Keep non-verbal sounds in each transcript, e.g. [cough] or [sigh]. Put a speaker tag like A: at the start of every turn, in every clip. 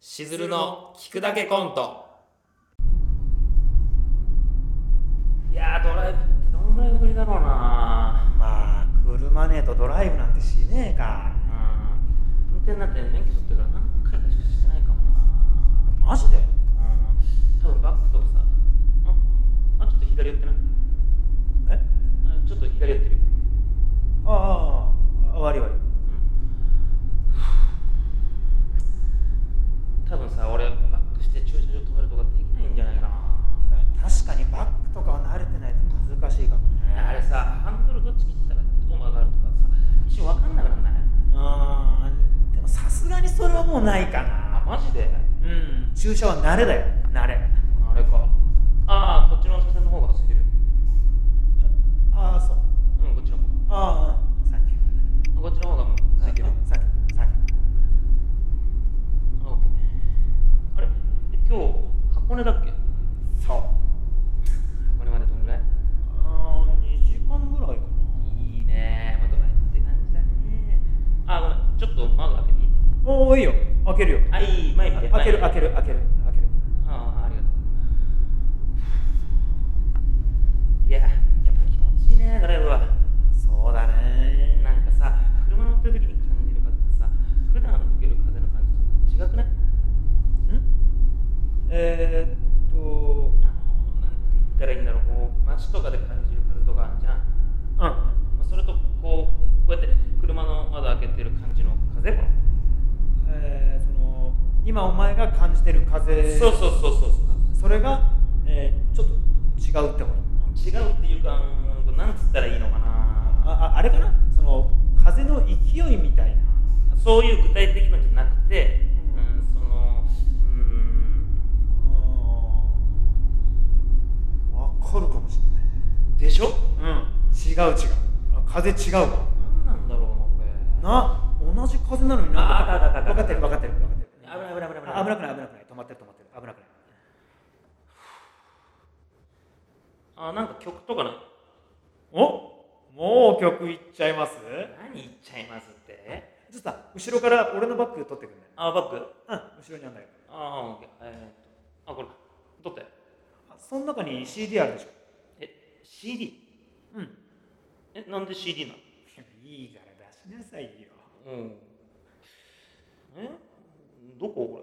A: しずるの聞くだけコントいやードライブってどんぐらいぶりだろうな
B: まあ車ねえとドライブなんてしねえか
A: うん運転なんて免許取ってから何回かしかしてないかもな
B: マジで
A: うん多分バックとかさああちょっと左寄ってない
B: え
A: あちょっと左寄ってるよ
B: ああああ悪い悪い
A: 多分さ俺バックして駐車場止めるとかできないんじゃないかな
B: 確かにバックとかは慣れてないと難しいかもね
A: あれさハンドルどっち切ったらどう曲がるとかさ一応分かんなくなんないう
B: ーんでもさすがにそれはもうないか
A: あ
B: な
A: マジで
B: うん注射は慣れだよ慣れ
A: あれかああこっちの車線の方が走ってる
B: ああそう
A: うんこっちの方
B: ああさっき
A: こっちの方がもう空いてる
B: さっきさっ
A: あオッケーあれえ今日箱根だっけ
B: きそう
A: 箱根までどんぐらい
B: ああ2時間ぐらいか
A: いいねまとまって感じだねあごめんちょっと窓開けていい
B: なおおいいよ開けるよ
A: あいい前見て
B: 開ける
A: 前
B: 開
A: 見て
B: ける開ける開ける
A: ああありがとういややっぱ気持ちいいねドライブは
B: そうだね
A: なんかさ車乗ってる時に感じる風ってさ普段受ける風の感じと違くない
B: んえー、っと
A: あのなんて言ったらいいんだろうこう街とかで感じる風とかあるじゃん、
B: うん
A: まあ、それとこうこうやって車の窓開けてる感じの風こ
B: えー、その今お前が感じてる
A: の
B: 風
A: そうそうそうそうそう
B: それが、えー、ちょっと違うってこと
A: 違うっていうかうんこれなんつったらいいのかな
B: あああれかなその風の勢いみたいな
A: そういう具体的のじゃなくて、うん、そのうん
B: うん分かるかもし
A: でしょ
B: れないうん違う違うあ風違うわ
A: 何なんだろうなこれ
B: な同じ風なのにな
A: ああったあったあった
B: 分かってる分かってる分かってる
A: 危ない危ない危ない危ない
B: あ危なくない危なくない止まってる止まってる危なくない
A: あなんか曲とかない
B: おもう曲いっちゃいます
A: 何言っちゃいますって
B: ちょっとさ後ろから俺のバッグ取ってくんね
A: あバック
B: うん後ろにあんだよ
A: あオッケーえー、っとあこれ撮って
B: あその中に CD あるでしょ
A: え CD
B: うん
A: えなんで CD なの
B: いいから出しなさいよ
A: うんえどここ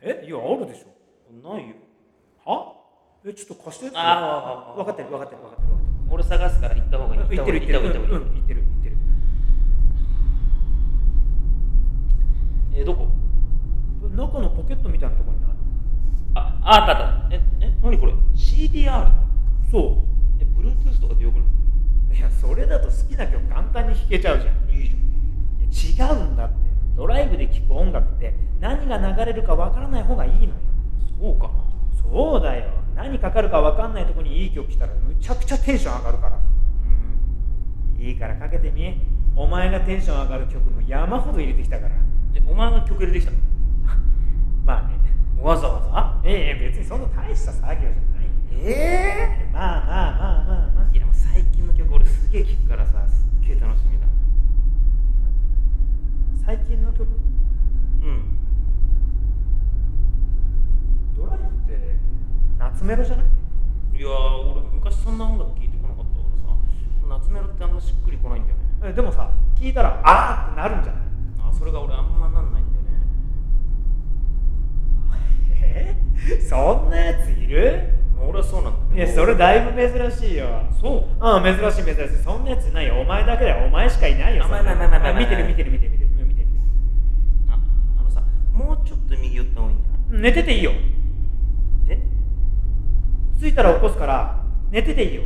B: えいやあるでしょ
A: れないよ
B: はえちょっと貸して
A: あー
B: 分かってる分かってる分かってる
A: 俺探すから行った方がいい
B: 分かってる
A: 行った方がいい行った方がいい
B: うんうん行ってる行ってる
A: えーどこ
B: 中のポケットみたいなところにある
A: あああったあったええ何これ CDR
B: そ
A: え Bluetooth とかでよくな
B: ういやそれだと好きな曲簡単に弾けちゃうじゃん
A: いいいじゃん
B: いや違うんだってドライブで聴く音楽って何が流れるか分からない方がいいのよ
A: そうかな
B: そうだよ何かかるか分かんないとこにいい曲来たらむちゃくちゃテンション上がるから
A: うん
B: いいからかけてみお前がテンション上がる曲も山ほど入れてきたから
A: えお前が曲入れてきたの
B: まあね
A: わざわざ
B: あええ別にそんな大した作業じゃない
A: ええ
B: まあまあまあまあまあ
A: いやもう最近の曲俺すげえ聴くからさすっげえ楽しみだ
B: 最近の曲
A: うん
B: ドライブって夏メロじゃない
A: いやー俺昔そんな音楽聴いてこなかったからさ夏メロってあんましっくりこないんだよね
B: えでもさ聞いたらあーってなるんじゃない
A: あそれが俺あんまなんないんだよね
B: えーそんなやついる
A: まあ俺はそうなんだけど
B: いやそれだいぶ珍しいよ
A: そう
B: うん珍しい珍しいそんなやついないよお前だけだよお前しかいないよ
A: あ
B: そんな
A: まあまあまあまあまあ
B: 見てる見てる見てる見てるうん見てる見て
A: ああのさもうちょっと右寄った方がいいんじゃない
B: る寝てていいよ
A: え
B: 着いたら起こすから寝てていいよ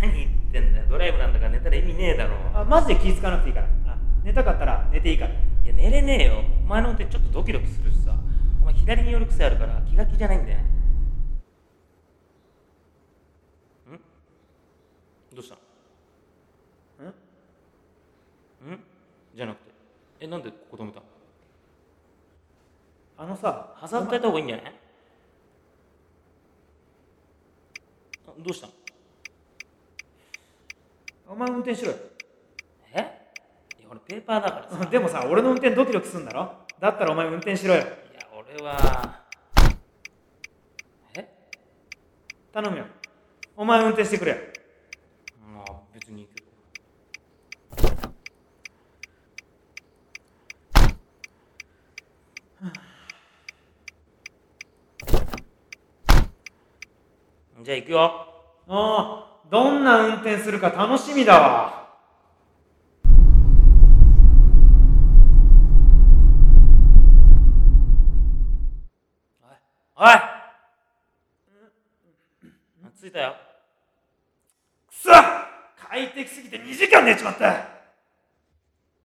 A: 何言ってんだよドライブなんだから寝たら意味ねえだろ
B: あマジで気ぃつかなくていいからあ寝たかったら寝ていいから
A: いや寝れねえよお前の運転ちょっとドキドキするしさお前左に寄る癖あるから気が気じゃないんだよねんどうした
B: うん
A: んじゃなくてえなんでここ止めた
B: あのさ
A: 挟んでた方がいいんじゃないあどうした
B: お前運転しろよ
A: えいや俺ペーパーだからさ
B: [laughs] うんでもさ俺の運転ドキドキすんだろだったらお前運転しろよ
A: いや俺はえ
B: 頼むよお前運転してくれよ
A: まあ別にいいけどじゃあ行くよ
B: ああどんな運転するか楽しみだわ
A: おい着いたよ
B: くそ快適すぎて2時間寝ちまった